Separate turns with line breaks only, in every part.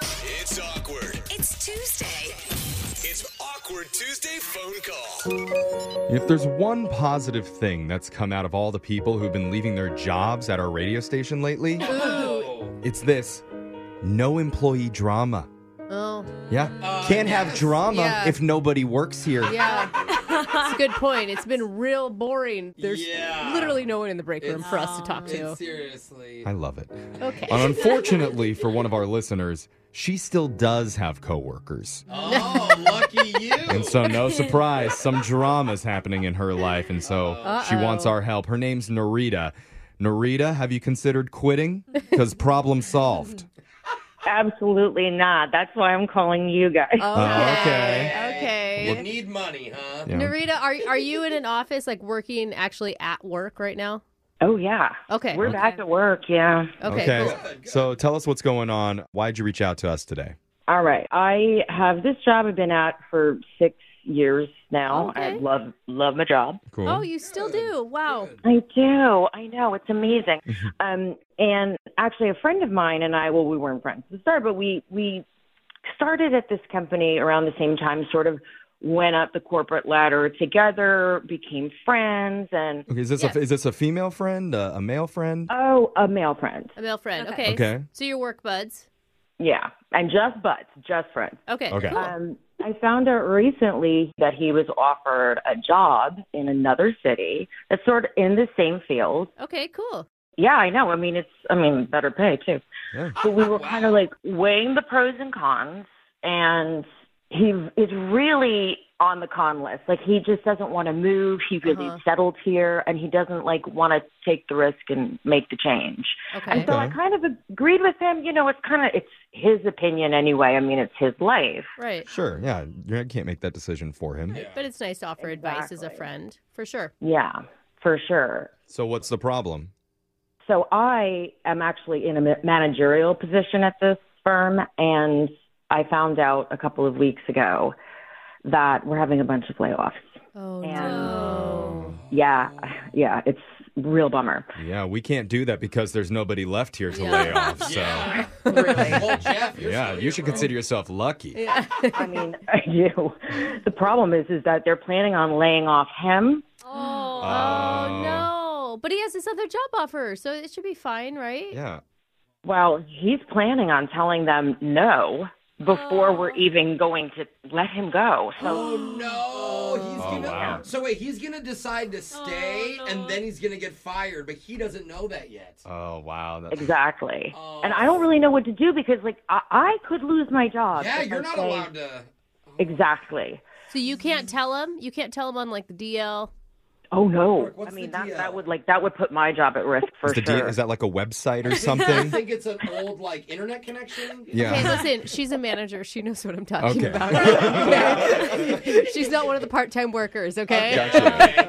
It's awkward.
It's Tuesday.
It's awkward Tuesday phone call.
If there's one positive thing that's come out of all the people who've been leaving their jobs at our radio station lately, it's this no employee drama.
Oh,
Yeah. Can't have drama
Yeah.
if nobody works here.
yeah. It's a good point. It's been real boring. There's
Yeah.
literally no one in the break room for us to talk
And
to.
seriously.
I love it.
Okay.
And unfortunately for one of our listeners, she still does have coworkers.
Oh, lucky you.
And so, no surprise, some drama's happening in her life. And so, she
Uh-oh.
wants our help. Her name's Narita. Narita, have you considered quitting? Because problem solved.
Absolutely not. That's why I'm calling you guys.
Okay.
Okay.
you
Okay.
need money, huh?
Yeah.
Narita, are are you in an office like working actually at work right now?
oh yeah.
Okay.
We're back at work, yeah.
Okay. cool.
So tell us what's going on. Why'd you reach out to us today?
All right. I have this job I've been at for six years now. I
Okay.
love love my job.
Cool.
Oh, you still do. Wow.
I do. I know. It's amazing. um, and actually, a friend of mine and I, well, we weren't friends at the start, but we, we started at this company around the same time, sort of went up the corporate ladder together, became friends, and
okay, is this
Yes. Uh,
a is this a female friend, uh, a, a male friend?
oh, a male friend.
A male friend. Okay.
Okay.
So you're work buds.
Yeah. And just buds, just friends.
Okay.
Okay.
Cool.
Um, I found out recently that he was offered a job in another city that's sort of in the same field.
okay. Cool.
Yeah, I know. I mean, it's, I mean, better pay too.
Yeah.
But we were kind of like weighing the pros and cons, and he is really on the con list. Like, he just doesn't want to move. He really
Uh-huh.
settled here, and he doesn't like want to take the risk and make the change.
Okay.
And so I
Okay.
kind of agreed with him. You know, it's kind of, it's his opinion anyway. I mean, it's his life.
Right.
Sure. Yeah. You can't make that decision for him.
But it's nice to offer advice as a
Exactly.
friend, for sure.
Yeah, for sure.
So what's the problem?
So I am actually in a ma- managerial position at this firm, and I found out a couple of weeks ago that we're having a bunch of layoffs.
Oh
And-
no.
Yeah, yeah, it's real bummer.
Yeah, we can't do that because there's nobody left here to lay off. So yeah,
Yeah. Really? Well, Jeff, you're still
you
here,
should
bro.
consider yourself lucky.
Yeah.
I mean, you. The problem is, is that they're planning on laying off him.
Oh,
Oh.
no. But he has this other job offer, so it should be fine, right?
Yeah.
Well, he's planning on telling them no before we're even going to let him go. So
Oh no, he's
Oh,
gonna.
wow.
So wait, he's gonna decide
Oh,
to stay, and then he's gonna get fired, but he doesn't know that yet.
Oh wow. That's,
exactly.
Oh.
And I don't really know what to do because, like, I, I could lose my job.
yeah,
if I
you're not
say-
allowed to.
Exactly.
So you can't tell him? You can't tell him on like the DL.
Oh no!
Mark, what's
I mean,
the
that,
deal?
that would like that would put my job at risk for
is, the D-
sure.
is that like a website or
I
something?
think it's an old like internet connection.
Hey,
yeah.
listen, she's a manager. She knows what I'm talking
Okay.
about. Okay? she's not one of the part time workers, okay?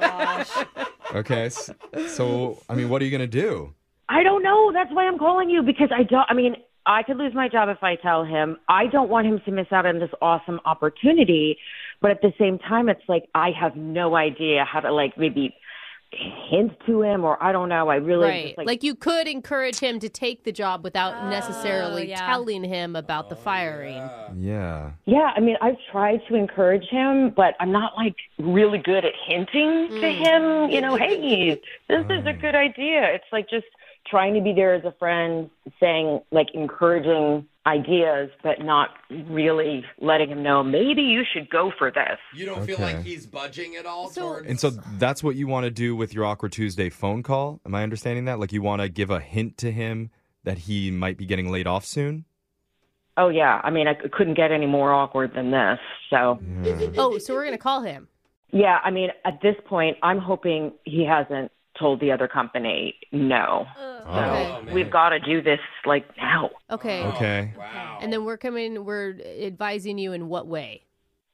Gotcha. okay. s- So I mean, what are you gonna do?
I don't know. That's why I'm calling you because I don't. I mean, I could lose my job if I tell him. I don't want him to miss out on this awesome opportunity, but at the same time, it's like I have no idea how to like maybe hint to him or I don't know. I really
Right.
just,
Like,
like
you could encourage him to take the job without necessarily
yeah.
telling him about the firing.
Oh, Yeah.
yeah. I mean, I've tried to encourage him, but I'm not like really good at hinting to him. You know, hey, this is a good idea. It's like just trying to be there as a friend, saying like encouraging ideas, but not really letting him know maybe you should go for this.
You don't feel like
Okay.
he's budging at all
So-
towards.
And so that's what you want to do with your Awkward Tuesday phone call. Am I understanding that? Like you want to give a hint to him that he might be getting laid off soon?
Oh yeah, I mean I c- couldn't get any more awkward than this. So
Oh, so we're going to call him.
yeah, I mean at this point I'm hoping he hasn't told the other company no. So
Okay.
Oh, man. Oh,
we've got to do this like now.
Okay.
Okay.
Wow.
And then we're coming, we're advising you in what way?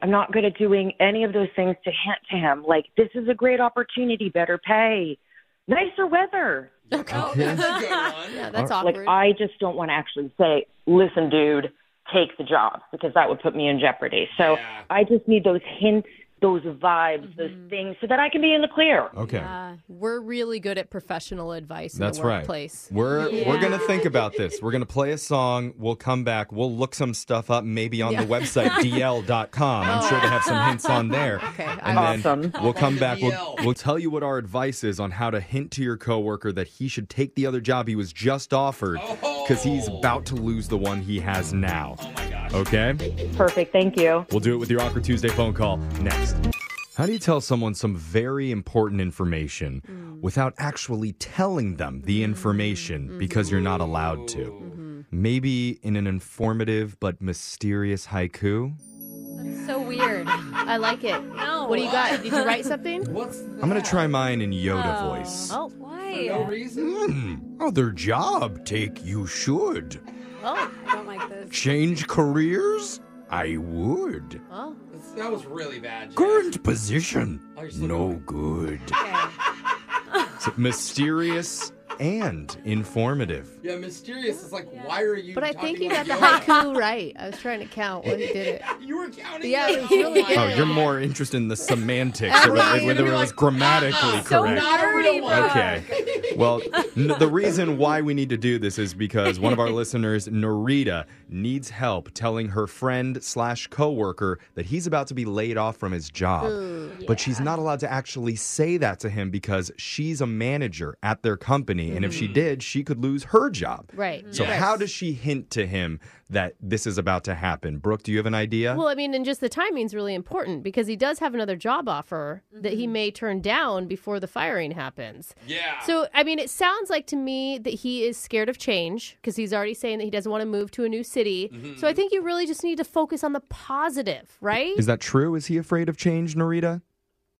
I'm not good at doing any of those things to hint to him. Like, this is a great opportunity, better pay, nicer weather.
Oh, that's a good one.
Yeah, that's
Like,
awkward.
I just don't want to actually say, listen, dude, take the job, because that would put me in jeopardy. So
Yeah. Mm-hmm.
I just need those hints those vibes, those things, so that I can be in the clear.
Okay.
Uh, we're really good at professional advice in
That's
the
right.
workplace.
We're we're gonna think about this. We're gonna play a song. We'll come back. We'll look some stuff up, maybe on the website dl.com. I'm sure they have some hints on there.
Okay,
and
I-
then
Awesome.
we'll come back. We'll,
DL.
we'll tell you what our advice is on how to hint to your coworker that he should take the other job he was just offered because he's about to lose the one he has now. Oh my gosh. Okay.
Perfect. Thank you.
We'll do it with your Awkward Tuesday phone call next. How do you tell someone some very important information
Mm.
without actually telling them the information
Mm-hmm.
because you're not allowed to? Maybe in an informative but mysterious haiku?
So weird. I like it. No.
What do you got? Did you write something?
What's
I'm going to try mine in Yoda voice.
Oh, why?
no reason?
Other job take you should.
Oh, I don't like this.
Change careers? I would.
Oh,
That's- That was really bad. Jess.
position?
Oh, you're still No going.
good.
okay.
mysterious and informative.
Yeah, mysterious. It's like, why are you?
But I
talking
think you
like
got the
Yoda?
haiku right. I was trying to count when you did it.
You were counting.
Yeah,
that?
it was really
my
good.
Oh,
God.
you're more interested in the semantics, or
Right.
whether, whether it was grammatically
So
correct.
Not a real one.
Okay. Well, n- the reason why we need to do this is because one of our listeners, Narita, needs help telling her friend slash coworker that he's about to be laid off from his job, but she's not allowed to actually say that to him because she's a manager at their company, and if she did, she could lose her job.
Mm. Right.
So
right.
how does she hint to him that this is about to happen? Brooke, do you have an idea?
Well, I mean, and just the timing's really important because he does have another job offer that he may turn down before the firing happens.
Yeah.
So, I mean, it sounds like to me that he is scared of change because he's already saying that he doesn't want to move to a new city. So, I think you really just need to focus on the positive, right?
is that true? Is he afraid of change, Narita?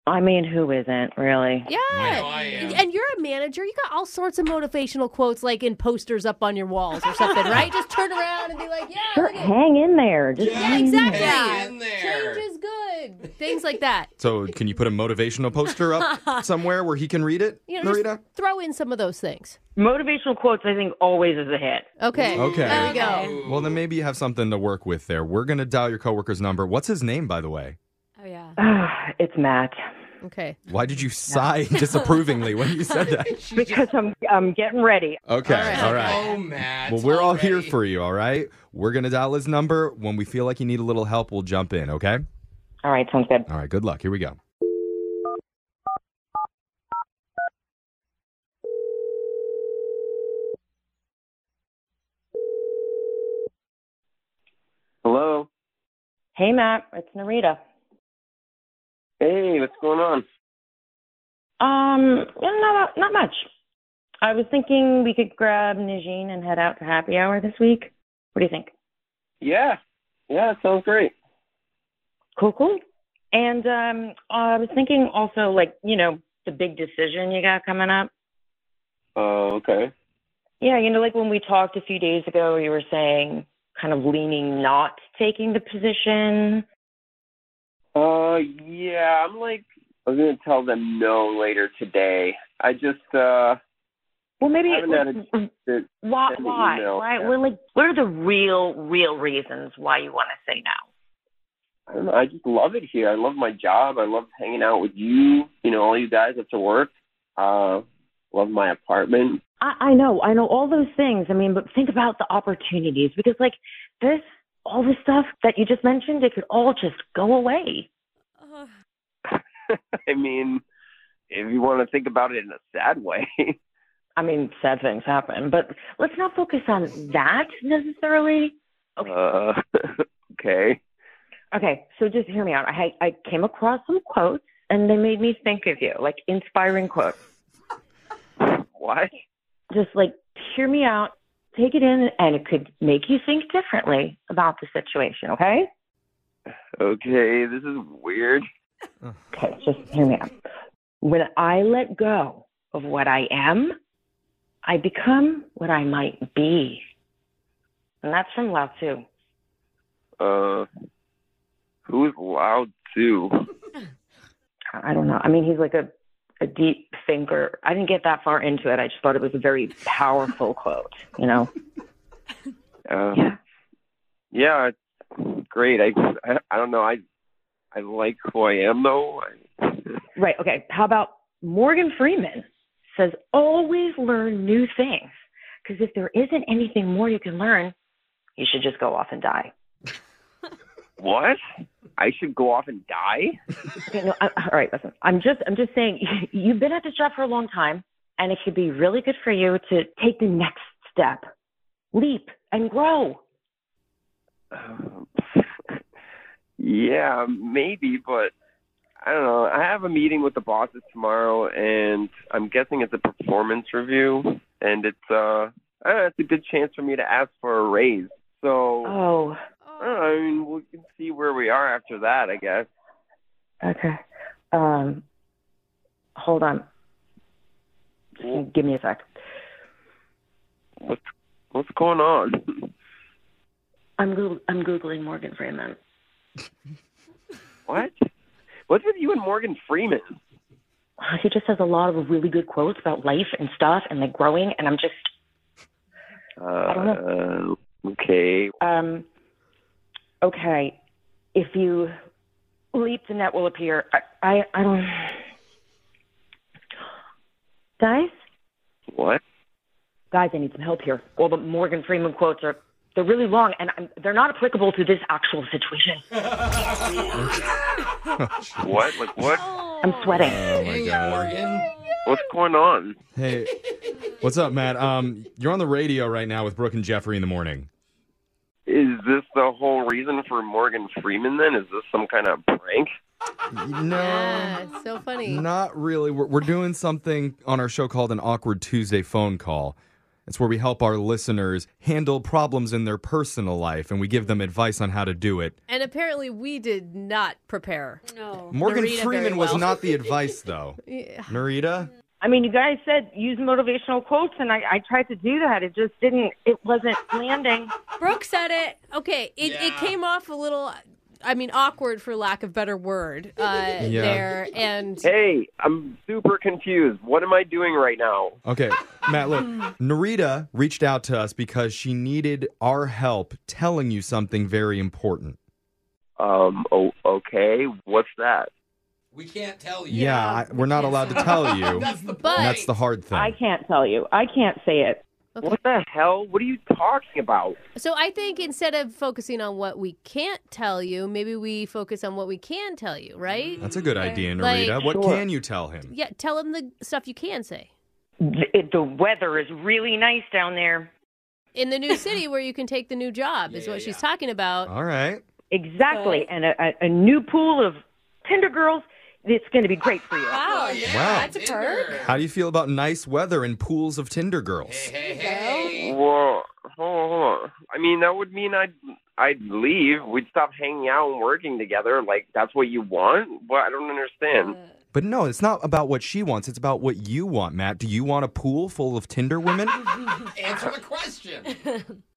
I mean, who isn't really?
yeah.
I know I am.
And you're a manager. You got all sorts of motivational quotes like in posters up on your walls or something, right? Just turn around and be like, yeah,
Sure,
look at-
hang in there. Just
Yeah,
yeah, exactly.
Hang in there.
Change is good. Things like that.
So can you put a motivational poster up somewhere where he can read it,
You know,
Narita?
just throw in some of those things.
motivational quotes. I think always is a hit.
Okay.
Okay.
There we go.
Ooh.
Well, then maybe you have something to work with there. We're going to dial your coworker's number. What's his name, by the way?
Oh, yeah.
it's Matt
Okay.
Why did you sigh disapprovingly when you said that?
because I'm I'm getting ready.
Okay, all
All
right.
right.
Oh, Matt.
Well, we're all here
already.
for you, all right? We're going to dial his number. When we feel like you need a little help, we'll jump in, okay?
All right, sounds good.
All right, good luck. Here we go.
Hello.
Hey, Matt, it's Narita.
Hey, what's going on?
Um, yeah, not not much. I was thinking we could grab Najin and head out to happy hour this week. What do you think?
Yeah. Yeah, it sounds great.
Cool, cool. And um, I was thinking also, like you know, the big decision you got coming up.
Oh, okay.
Yeah, you know, like when we talked a few days ago, you were saying kind of leaning not taking the position.
Uh, yeah, I'm like, I was going to tell them no later today. I just, uh,
Well, maybe
I haven't had a chance to-
why?
send an
Why?
email,
why?
yeah.
Well, like, what are the real, real reasons why you want to say no?
I don't know. I just love it here. I love my job. I love hanging out with you, you know, all you guys after work. Uh, love my apartment.
I, I know, I know all those things. I mean, but think about the opportunities because, like, this, all the stuff that you just mentioned, it could all just go away.
I mean, if you want to think about it in a sad way.
I mean, sad things happen, but let's not focus on that necessarily. Okay.
Uh, okay.
Okay, so just hear me out. I I came across some quotes and they made me think of you, like inspiring quotes.
What?
Just like hear me out, take it in, and it could make you think differently about the situation. Okay?
Okay, this is weird.
Okay, just hear me out. When I let go of what I am, I become what I might be, and that's from Lao Tzu.
Uh, who's loud too?
I don't know. I mean, he's like a a deep thinker. I didn't get that far into it. I just thought it was a very powerful quote. You know?
Uh,
Yeah.
yeah, it's great. I, I I don't know. I I like who I am though. I,
Right. Okay. How about Morgan Freeman says, always learn new things. Because if there isn't anything more you can learn, you should just go off and die.
what? I should go off and die?
Okay, no, I, all right, listen. I'm just, I'm just saying, you've been at this job for a long time, and it could be really good for you to take the next step, leap and grow.
Um, yeah, maybe, but I don't know. I have a meeting with the bosses tomorrow, and I'm guessing it's a performance review, and it's uh, I don't know, it's a good chance for me to ask for a raise. So
Oh,
I, don't know, I mean, we can see where we are after that, I guess.
okay. Um, hold on. Just give me a sec.
What's what's going on?
I'm, Goog- I'm googling Morgan Freeman.
What? What's with you and Morgan Freeman?
Wow, he just has a lot of really good quotes about life and stuff and like growing and i'm just don't
Uh, okay.
um okay if you leap the net will appear i i, I don't guys
What?
guys i need some help here all the morgan freeman quotes are they're really long and I'm, they're not applicable to this actual situation
What? Like what?
i'm sweating
Oh my
Dang it,
god.
Morgan.
What's going on?
Hey, what's up, Matt? Um, you're on the radio right now with Brooke and Jeffrey in the morning.
Is this the whole reason for Morgan Freeman then? Is this some kind of prank?
No,
Yeah, it's Ah, so funny.
not really. We're, we're doing something on our show called an awkward Tuesday phone call. It's where we help our listeners handle problems in their personal life, and we give them advice on how to do it.
And apparently, we did not prepare.
No.
Morgan
Narita very
Freeman
well.
was not the advice, though.
Yeah.
Narita,
i mean you guys said use motivational quotes and i i tried to do that it just didn't it wasn't landing
Brooke said it. Okay, it, it
Yeah.
came off a little, I mean, awkward for lack of better word uh,
Yeah.
there. And
Hey, I'm super confused. What am I doing right now?
Okay, Matt, look. Narita reached out to us because she needed our help telling you something very important.
Um, oh, okay. What's that?
We can't tell you.
Yeah, I, we're not allowed to tell you. and
That's the
But-
point.
that's the hard thing.
i can't tell you i can't say it
What the hell? What are you talking about?
so I think instead of focusing on what we can't tell you, maybe we focus on what we can tell you, right?
That's a good idea,
Like-
Narita. what
Sure.
can you tell him?
Yeah, tell him the stuff you can say.
Th- it- the weather is really nice down there.
In the new city where you can take the new job is
Yeah,
what
yeah,
she's
yeah.
talking about.
All right.
Exactly. And a, a, a new pool of Tinder girls. It's going to be great for you.
Wow.
Oh, yeah,
Wow.
That's a
Tinder.
perk.
How do you feel about nice weather and pools of Tinder girls?
Hey, hey, hey.
Well, hold on, hold on. I mean, that would mean I'd I'd leave. We'd stop hanging out and working together. Like that's what you want? Well, I don't understand.
But no, it's not about what she wants. It's about what you want, Matt. Do you want a pool full of Tinder women?
Answer the question.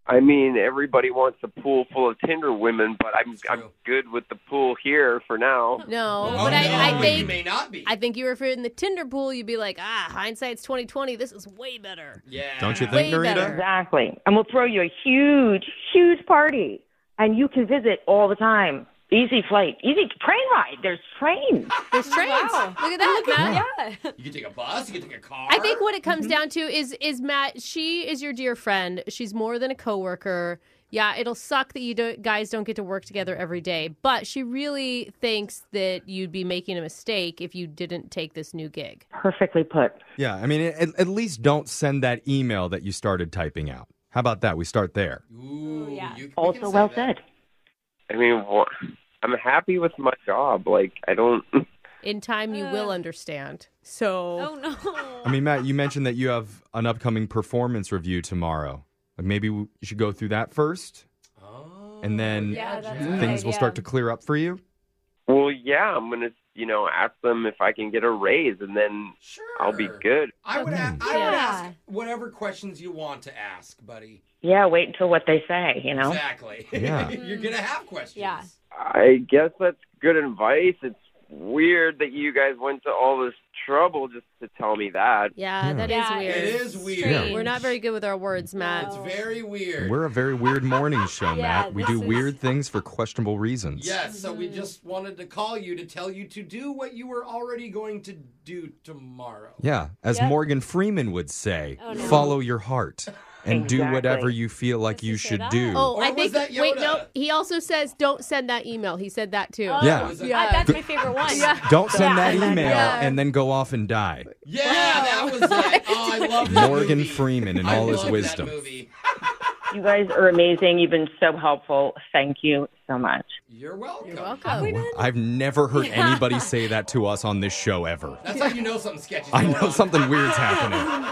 I mean, everybody wants a pool full of Tinder women, but I'm
That's
I'm
true.
good with the pool here for now.
No,
Oh,
but
no,
I, I
you
think
may not be.
I think you were if you're in the Tinder pool, you'd be like, ah, hindsight's twenty twenty. This is way better.
yeah.
Don't you
Way
think, Narita?
better.
Exactly. And we'll throw you a huge, huge party. And you can visit all the time. Easy flight, easy train ride. There's trains.
There's trains.
Wow.
Look at that, Matt.
Yeah.
You can take a bus. You can take a car.
I think what it
mm-hmm.
comes down to is is Matt. She is your dear friend. She's more than a coworker. Yeah, it'll suck that you do guys don't get to work together every day, but she really thinks that you'd be making a mistake if you didn't take this new gig.
Perfectly put.
Yeah, I mean, at, at least don't send that email that you started typing out. How about that? We start there.
Oh,
Ooh,
yeah.
you, we can
Also
say
well
that.
said.
I mean, what? I'm happy with my job. Like, I don't.
In time, you
Uh.
will understand. So
Oh no.
I mean, Matt, you mentioned that you have an upcoming performance review tomorrow. Like maybe we- you should go through that first,
Oh,
and then
Yeah, that's a
Jack.
good
things will
idea.
start to clear up for you.
Well, yeah, I'm gonna, you know, ask them if I can get a raise, and then
Sure.
I'll be good.
I would. A- I would
Yeah.
ask whatever questions you want to ask, buddy.
Yeah, wait until what they say, you know?
Exactly.
Yeah.
You're gonna have questions.
Yeah.
I guess that's good advice. It's weird that you guys went to all this trouble just to tell me that.
Yeah, that is
Yeah,
weird.
It is weird.
Yeah.
We're not very good with our words, Matt.
It's very weird.
We're a very weird morning show,
Yeah,
Matt. We
this
do
is-
weird things for questionable reasons.
Yes, so we just wanted to call you to tell you to do what you were already going to do tomorrow.
Yeah, as
Yep.
Morgan Freeman would say,
Oh, no.
follow your heart and do
Exactly.
whatever you feel like
Does he
you
say
should
that?
do.
Oh,
Or
I
was
think.
that
Wait,
Yoda?
no. He also says, "Don't send that email." He said that too.
Oh,
Yeah.
Yeah.
I- that's my favorite one. Yeah.
Don't send
Yeah.
that email
Yeah.
and then go off and die.
Yeah, that was it. Oh, I love that
Morgan
movie.
Freeman and
I
all his
love that
wisdom.
movie.
You guys are amazing. You've been so helpful. Thank you so much.
You're welcome.
You're
Oh,
welcome.
Wow, I've never heard anybody say that to us on this show ever.
That's how you know something sketchy.
I know something weird's happening.